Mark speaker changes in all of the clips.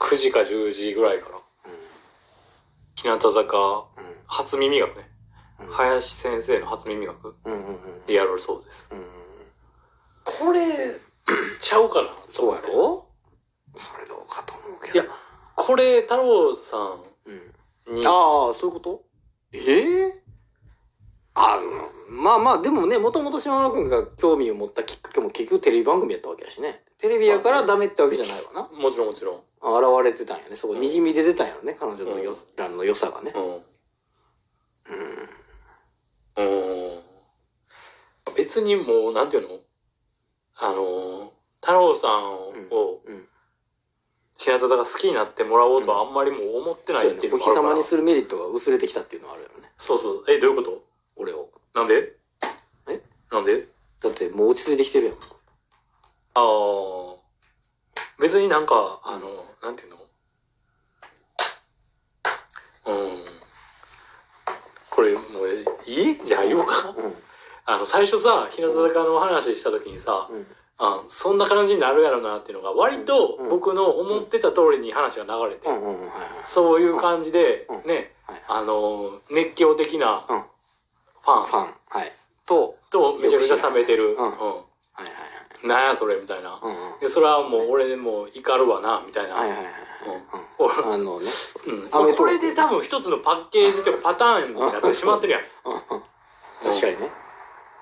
Speaker 1: 9時か10時ぐらいかな。日向坂、
Speaker 2: うんうん
Speaker 1: 初耳学ね。
Speaker 2: うん
Speaker 1: 林先生の初耳学
Speaker 2: うんうんうん
Speaker 1: でやるそうです。
Speaker 2: うんこれ
Speaker 1: ちゃうかな
Speaker 2: そうや
Speaker 1: と思って
Speaker 2: ろそれどうかと思うけ
Speaker 1: いや
Speaker 2: どな、
Speaker 1: これ、太郎さ
Speaker 2: うん、
Speaker 1: んに。
Speaker 2: ああそういうこと
Speaker 1: えー
Speaker 2: あのまあまあでもねもともと島村君が興味を持ったきっかけも結局テレビ番組やったわけやしねテレビやからダメってわけじゃないわな
Speaker 1: もちろんもちろん。
Speaker 2: 現れてたんやねそこ
Speaker 1: うん
Speaker 2: にじみ出てたんやろね彼女のよ、
Speaker 1: うん
Speaker 2: らの良さがね
Speaker 1: うん。うん。別にもう、なんていうのあの、太郎さんを
Speaker 2: うん、
Speaker 1: 日向坂好きになってもらおうとはあんまりもう思って
Speaker 2: そ
Speaker 1: な
Speaker 2: う
Speaker 1: い
Speaker 2: や
Speaker 1: って
Speaker 2: ね
Speaker 1: いう
Speaker 2: お
Speaker 1: のもあるか
Speaker 2: 日
Speaker 1: ら
Speaker 2: 様にするメリットが薄れてきたっていうのはあるやろね
Speaker 1: そうそう。え、どういうこ
Speaker 2: 俺を
Speaker 1: となんで
Speaker 2: え
Speaker 1: なんで
Speaker 2: だってもう落ち着いてきてるやん
Speaker 1: ああ。別になんか、あの、なんていうのうん。これ、もう、いいじゃあ言おうか。
Speaker 2: うん
Speaker 1: あの、最初さ、日向坂の話した時にさ、
Speaker 2: うん
Speaker 1: あそんな感じになるやろなっていうのが、割と
Speaker 2: うん
Speaker 1: 僕の思ってた通りに話が流れて、
Speaker 2: うんうんうんはいはい
Speaker 1: そういう感じで
Speaker 2: う、ん
Speaker 1: ね、
Speaker 2: はい
Speaker 1: あの、熱狂的な
Speaker 2: うん
Speaker 1: ファ
Speaker 2: フ
Speaker 1: ン
Speaker 2: ァンはいと
Speaker 1: とめちゃくちゃ冷めてる。
Speaker 2: うん
Speaker 1: う
Speaker 2: はいはい
Speaker 1: ん。なんやそれみたいな。
Speaker 2: はいうんうん
Speaker 1: で、それはもう俺でもう怒るわな、みたいな。
Speaker 2: はいはいはいはい
Speaker 1: 俺
Speaker 2: うんあのね
Speaker 1: うん、
Speaker 2: アメトーーク
Speaker 1: これで多分一つのパッケージとかパターンになってしまってるやん。
Speaker 2: うんうん確かにね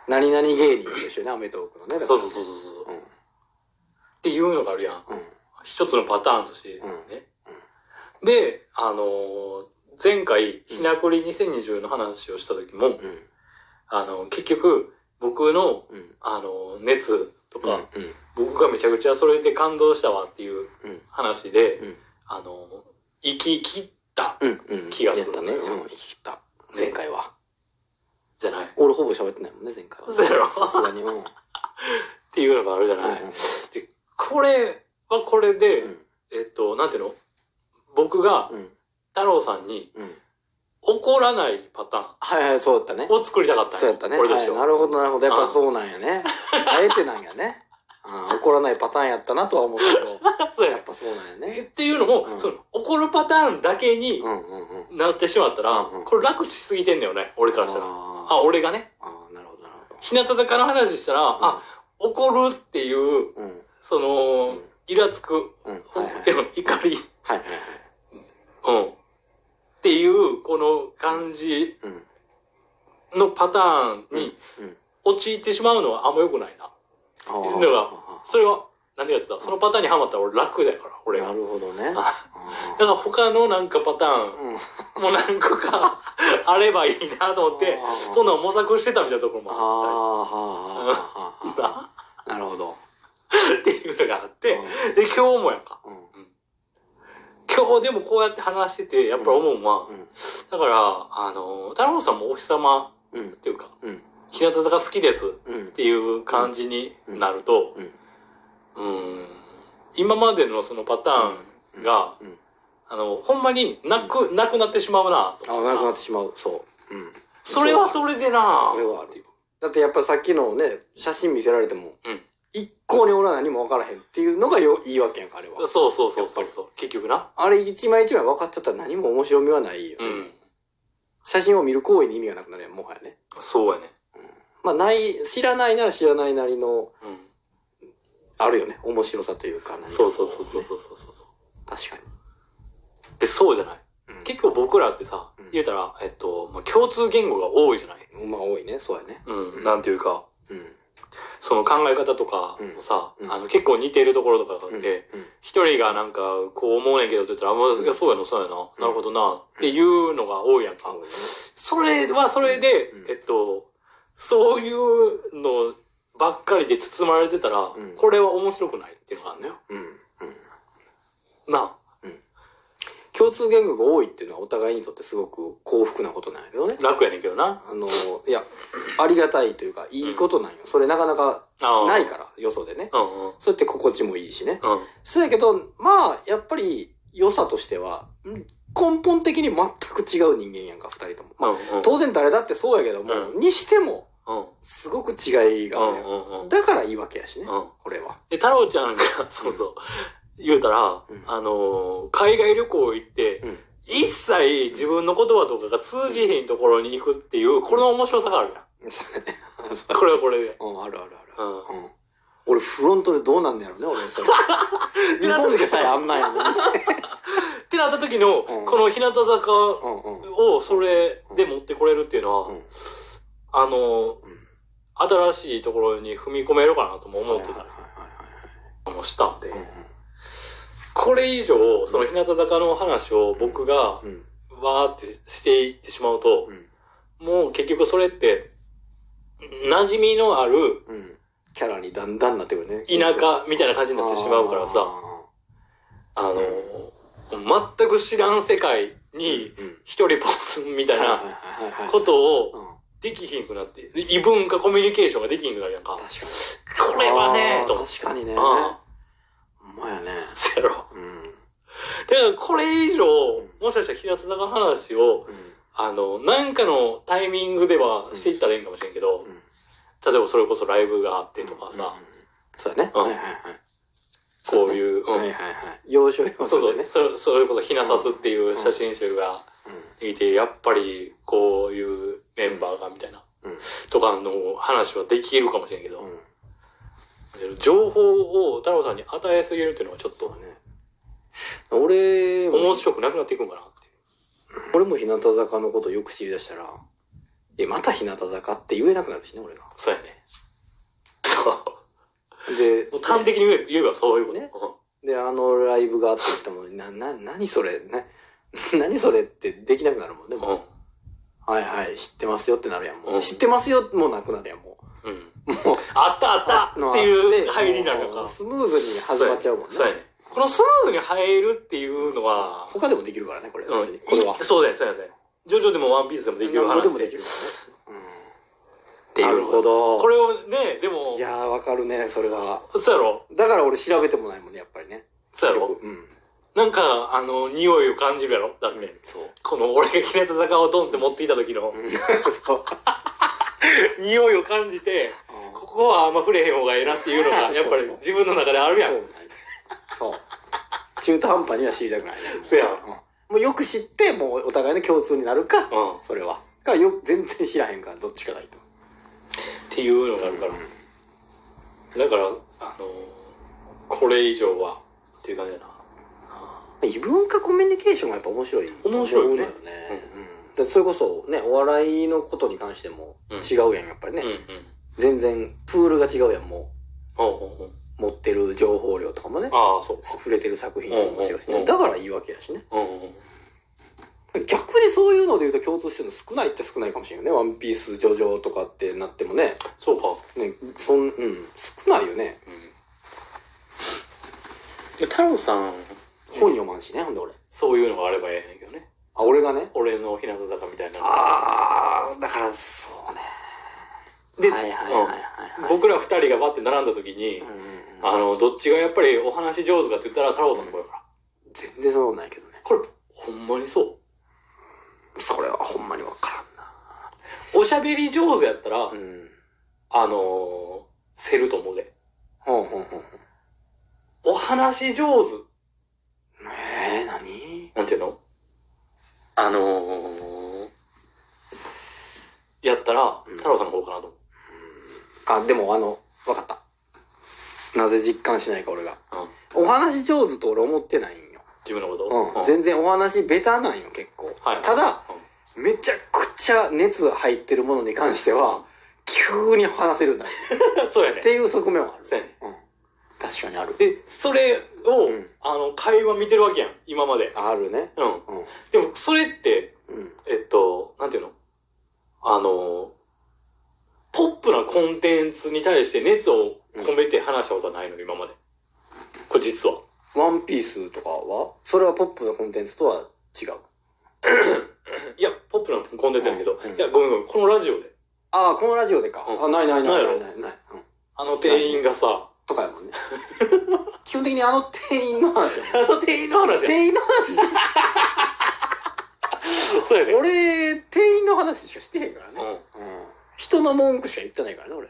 Speaker 2: 何々芸人ですよねアメトーークのねだから
Speaker 1: そうそうそうそうそう。っていうのがあるやん。
Speaker 2: うんうん
Speaker 1: 一つのパターンとしてね。
Speaker 2: うん
Speaker 1: で、あのー前回、ひなこり2020の話をした時も、
Speaker 2: うん
Speaker 1: あの、結局、僕の、
Speaker 2: うん
Speaker 1: あのー熱と
Speaker 2: うん
Speaker 1: か、僕がめちゃくちゃそれで感動したわっていう
Speaker 2: うん
Speaker 1: 話で、
Speaker 2: うん
Speaker 1: あのー生き切った
Speaker 2: うんうん
Speaker 1: 気がする
Speaker 2: やったねうん生きった前回は
Speaker 1: じゃない。
Speaker 2: 俺ほぼ喋ってないもんね前回
Speaker 1: だよ
Speaker 2: はさすがにうん
Speaker 1: っていうのがあるじゃない。
Speaker 2: う
Speaker 1: これはこれで、
Speaker 2: ん
Speaker 1: えっと、なんていうの僕が
Speaker 2: うん
Speaker 1: 太郎さんに
Speaker 2: うん
Speaker 1: 怒らないパター
Speaker 2: はいはいそうだったね
Speaker 1: ンを作りたかったん
Speaker 2: そうやったね、
Speaker 1: 俺と
Speaker 2: は
Speaker 1: して
Speaker 2: い、
Speaker 1: は
Speaker 2: なるほどなるほどやっぱそうなんやねあえてなんやね、うん、怒らないパターンやったなとは思うけ
Speaker 1: そう
Speaker 2: どや
Speaker 1: や
Speaker 2: っぱそうなんや
Speaker 1: え
Speaker 2: ね
Speaker 1: っていうのも、
Speaker 2: うん
Speaker 1: その怒るパターンだけに
Speaker 2: うんうんうん
Speaker 1: なってしまったら、
Speaker 2: うんうん
Speaker 1: これ楽しすぎてんだよね俺からしたら。
Speaker 2: あ
Speaker 1: あ俺がね
Speaker 2: ああなるほどなるほど
Speaker 1: 日向坂の話したら、あ怒るっていう
Speaker 2: うんうん
Speaker 1: その、
Speaker 2: うん
Speaker 1: イラつく、
Speaker 2: うんはいはい
Speaker 1: でも怒り、
Speaker 2: はいはいはい
Speaker 1: うん、っていうこの感じ
Speaker 2: うん
Speaker 1: のパターン
Speaker 2: うん
Speaker 1: に
Speaker 2: うん
Speaker 1: 陥ってしまうのはあんま良くないな。
Speaker 2: あ
Speaker 1: って
Speaker 2: ー
Speaker 1: いうのがそれは、何が言ってたそのパターンにはまったら俺楽だから、俺が。
Speaker 2: な
Speaker 1: だか
Speaker 2: るほどね
Speaker 1: あ
Speaker 2: あ
Speaker 1: ら他のなんかパタ
Speaker 2: ー
Speaker 1: ー
Speaker 2: うん
Speaker 1: ンも何個か あればいいなと思って
Speaker 2: あ、ー
Speaker 1: そんなん模索してたみたいなところ
Speaker 2: あーは
Speaker 1: もあっ
Speaker 2: あ はあは
Speaker 1: た
Speaker 2: あなるほど
Speaker 1: りっていうのがあって、
Speaker 2: う
Speaker 1: で、今日もやんか。
Speaker 2: んうん
Speaker 1: 今日でもこうやって話してて、やっぱり思うのは、
Speaker 2: うん
Speaker 1: だから、あの、太郎さんもお日様
Speaker 2: うん
Speaker 1: っていうか、
Speaker 2: うん
Speaker 1: 日向坂好きですっ
Speaker 2: うん
Speaker 1: ていう感じになると、
Speaker 2: うん
Speaker 1: うん、今までのそのパターンが、
Speaker 2: うん
Speaker 1: あの、ほんまになく、なくなってしまうなと
Speaker 2: あなくなってしまうそううん
Speaker 1: それはそれでな
Speaker 2: それはあるよだってやっぱりさっきのね写真見せられても、
Speaker 1: うん
Speaker 2: 一向に俺は何も分からへんっていうのがよ言い訳やんかあれは
Speaker 1: そうそうそうそうそう。結局な。
Speaker 2: あれ一枚一枚分かっちゃったら何も面白みはないよ、
Speaker 1: うん。
Speaker 2: 写真を見る行為に意味がなくなるやんもはやね
Speaker 1: そうやね。
Speaker 2: まあない知らないなら知らないなりの
Speaker 1: うん。
Speaker 2: あるよね面白さというか何か
Speaker 1: そうそうそうそうそうそうそう。
Speaker 2: 確か
Speaker 1: で、そうじゃない。
Speaker 2: に、
Speaker 1: 結構僕らってさ
Speaker 2: うん、
Speaker 1: 言うたら、えっと、まあ、共通言語が多いじゃない。
Speaker 2: 構まあ多いねそうやね
Speaker 1: うん。なんていうか、
Speaker 2: うん
Speaker 1: その考え方とかもさ、
Speaker 2: うん
Speaker 1: あの、結構似てるところとかがあって、
Speaker 2: うん
Speaker 1: 一人がなんか、こう思うねんけどって言ったら、あ、まあいやそうやな、そうやな、なるほどな、っていうのが多いやんか。
Speaker 2: 多いね
Speaker 1: それはそれで、
Speaker 2: うん
Speaker 1: えっと、そういうのばっかりで包まれてたら、
Speaker 2: ん
Speaker 1: これは面白くないっていうのがあるのよ。
Speaker 2: うんうん
Speaker 1: なあ
Speaker 2: 共通言語が多いっていうのはお互いにとってすごく幸福なことなんやけどね
Speaker 1: 楽やねんけどな。
Speaker 2: あのいやありがたいというかいいことなんよそれなかなか
Speaker 1: ああ
Speaker 2: ないからよそでね
Speaker 1: うんうん。うん。
Speaker 2: そうやって心地もいいしねそうやけどまあやっぱり良さとしてはん根本的に全く違う人間やんか2人とも、まあ、
Speaker 1: うんうん。
Speaker 2: 当然誰だってそうやけども、
Speaker 1: う
Speaker 2: にしても
Speaker 1: うん
Speaker 2: すごく違いがあるやん
Speaker 1: うんうんうん
Speaker 2: だからいいわけやし
Speaker 1: う
Speaker 2: ね、
Speaker 1: ん。
Speaker 2: これは
Speaker 1: で、太郎ちゃんが、そうそう。言うたら、
Speaker 2: うん
Speaker 1: あのー海外旅行行って、
Speaker 2: うん
Speaker 1: 一切自分の言葉とかが通じへんところに行くっていう、この面白さがあるやん。
Speaker 2: そうね。
Speaker 1: これはこれで。
Speaker 2: うん、あるあるあ
Speaker 1: うん。
Speaker 2: る。うん。俺、フロントでどうなんだろうね、俺、それ。 日本でさえあんなんやもん。
Speaker 1: ってなった時の、
Speaker 2: うん
Speaker 1: この日向坂
Speaker 2: うんうん。
Speaker 1: をそれで持ってこれるっていうのは、
Speaker 2: うん
Speaker 1: あのー新しいところに踏み込めるかなとも思ってたりもしたんで、これ以上、その日向坂の話を僕が
Speaker 2: うん
Speaker 1: わーってしていってしまうと
Speaker 2: う、ん
Speaker 1: もう結局それって、馴染みのある
Speaker 2: うん。キャラにだんだんなってくるね。
Speaker 1: 田舎みたいな感じになってしまうからさ、
Speaker 2: あ
Speaker 1: あのー、全く知らん世界に
Speaker 2: ー。うん。
Speaker 1: 一人ポツンみたい
Speaker 2: はい
Speaker 1: な
Speaker 2: はいはいはい
Speaker 1: ことを
Speaker 2: うん
Speaker 1: できひんくなって、異文化コミュニケーションができひんくなるやんか。
Speaker 2: 確かに。
Speaker 1: これはね
Speaker 2: あー
Speaker 1: と思って。
Speaker 2: 確かにね。
Speaker 1: あ
Speaker 2: ほんまやね。
Speaker 1: あ、そうやろ。
Speaker 2: うん。
Speaker 1: だからこれ以上
Speaker 2: ん、
Speaker 1: もしかしたら日向坂の話を、あの、なんかのタイミングではしていったらいいんかもしれんけど、
Speaker 2: うん。うん
Speaker 1: 例えばそれこそライブがあってとかさ、。
Speaker 2: そうやね。
Speaker 1: うん
Speaker 2: はいはいはい。
Speaker 1: こういう、うん
Speaker 2: はいはいはい。要所要所でね。
Speaker 1: そうそう、それそれこそひなさつっていう写真集がいて、やっぱりこういうメンバーがみたいな、
Speaker 2: うん
Speaker 1: とかの話はできるかもしれんけど、
Speaker 2: うん。うん。
Speaker 1: 情報を太郎さんに与えすぎるっていうのはちょっ
Speaker 2: そう
Speaker 1: と
Speaker 2: だね。俺も
Speaker 1: 面白くなくなっていくんかなっていう。
Speaker 2: 俺も日向坂のことよく知り出したら、え、また日向坂って言えなくなるしね、俺が。
Speaker 1: そう やね。そう。
Speaker 2: で
Speaker 1: もう、端的に言え言えばそういうこと
Speaker 2: ねで、あのライブがあって言っても、な、な、何それ、な、何それってできなくなるもんね、もう。
Speaker 1: う
Speaker 2: はいはい、知ってますよってなるやん、も
Speaker 1: うん
Speaker 2: う。知ってますよ、もうなくなるやん、もう。
Speaker 1: ん。うん。もう、あったあったっていう入りになるの
Speaker 2: も
Speaker 1: か
Speaker 2: う。スムーズに始まっちゃうもんね
Speaker 1: そう。やね。このスムーズに入るっていうのは、
Speaker 2: 他でもできるからね、これ。別
Speaker 1: うん
Speaker 2: にこれは。
Speaker 1: そうだよ、そうだよね。ジョジョでもワンピースでもできる
Speaker 2: 何
Speaker 1: 話
Speaker 2: 度でもできるからね。
Speaker 1: っていう
Speaker 2: なるほど。
Speaker 1: これをね、でも、
Speaker 2: いやー、わかるね、それは。
Speaker 1: そうやろ
Speaker 2: だから俺調べてもないもんね、やっぱりね。
Speaker 1: そうやろ
Speaker 2: 結局うん。
Speaker 1: なんか、あの、匂いを感じるやろだって、
Speaker 2: そう。
Speaker 1: この俺が日向坂をドンって持っていた時の、
Speaker 2: そう。
Speaker 1: 匂いを感じて、ここはあんま触れへん方がええなっていうの が、やっぱり自分の中であるやん。
Speaker 2: そうそう。中途半端には知りたくないね。
Speaker 1: そうやん
Speaker 2: ん。もうよく知って、もうお互いの共通になるか、
Speaker 1: うん。っ
Speaker 2: それは。か、よ、全然知らへんから、どっちかがいいと。
Speaker 1: ていうのがあるから。だから、あのこれ以上は、っていう感じだな。
Speaker 2: 異文化コミュニケーションがやっぱ面白い。
Speaker 1: 面白いよね
Speaker 2: 面白いよねうんでそれこそね、お笑いのことに関しても
Speaker 1: うん
Speaker 2: 違うやん、やっぱりね。
Speaker 1: うんうん。
Speaker 2: 全然、プールが違うやん、も
Speaker 1: ほうほうほう
Speaker 2: う。持ってる情報量とかもね。
Speaker 1: ああ、そうか。
Speaker 2: 触れてる作品数も違うし
Speaker 1: うんうんう
Speaker 2: ね。
Speaker 1: ん
Speaker 2: だからいいわけやしね。
Speaker 1: うんうん。
Speaker 2: 逆にそういうので言うと共通してるの少ないっちゃ少ないかもしれないよね。ワンピース、ジョジョとかってなってもね。
Speaker 1: そうか。
Speaker 2: ね、そん、うん、少ないよね。
Speaker 1: うん、太郎さん
Speaker 2: 本読まんしね、ほんで俺。
Speaker 1: そういうのがあればええねんけどね
Speaker 2: あ、俺がね。
Speaker 1: 俺の日向坂みたいな
Speaker 2: ああ、だからそうね。
Speaker 1: で、
Speaker 2: はいはいはいはいはい。
Speaker 1: 僕ら二人がバッて並んだ時に、
Speaker 2: うんうんうん
Speaker 1: あのどっちがやっぱりお話上手かって言ったら太郎さんの声やから
Speaker 2: 全然そんなことないけどね。
Speaker 1: これほんまにそ
Speaker 2: それはほんまにわか
Speaker 1: うおしゃべり上手やったら、
Speaker 2: らんな。うん。
Speaker 1: あのー、せると思うで
Speaker 2: ほんほんほん。
Speaker 1: お話上手
Speaker 2: えー、何
Speaker 1: なんていうのあのー、やったら
Speaker 2: うん
Speaker 1: 太郎さんの方かなと思う、
Speaker 2: あ、でもあの、わかった。なぜ実感しないか俺が。
Speaker 1: うん
Speaker 2: お話上手と俺思ってないんよ。
Speaker 1: 自分のこと、
Speaker 2: うん。
Speaker 1: 全
Speaker 2: 全然お話ベタなんよ、結構。
Speaker 1: はい
Speaker 2: ただ、めちゃくちゃ熱入ってるものに関しては、急に話せるんだ よ。
Speaker 1: そうやね
Speaker 2: っていう側面はある。
Speaker 1: そうやね
Speaker 2: うん。確かにある。
Speaker 1: で、それを、
Speaker 2: うん
Speaker 1: あの、会話見てるわけやん、今まで。
Speaker 2: あるね。
Speaker 1: うん。
Speaker 2: うん。
Speaker 1: でも、それって、
Speaker 2: うん。
Speaker 1: えっと、なんていうのあの、ポップなコンテンツに対して熱を込めて話したことはないの、今まで。これ実は。
Speaker 2: ワンピースとかはそれはポップなコンテンツとは違う。
Speaker 1: いや、ポップなコンテンツやねんけど、
Speaker 2: うんうん
Speaker 1: いや、ごめんごめん、このラジオで、
Speaker 2: ああ、このラジオでか。
Speaker 1: うん
Speaker 2: あ、ないないな
Speaker 1: な
Speaker 2: いないい
Speaker 1: の
Speaker 2: ないない。うん。
Speaker 1: あの店員がさ、
Speaker 2: とかやもんね。基本的にあの店員の話やもん。
Speaker 1: あの店員の話やん
Speaker 2: 店員の話
Speaker 1: そうやねん。
Speaker 2: 俺、店員の話しかしてへんからね。
Speaker 1: うん
Speaker 2: うん。人の文句しか言ってないからね、俺。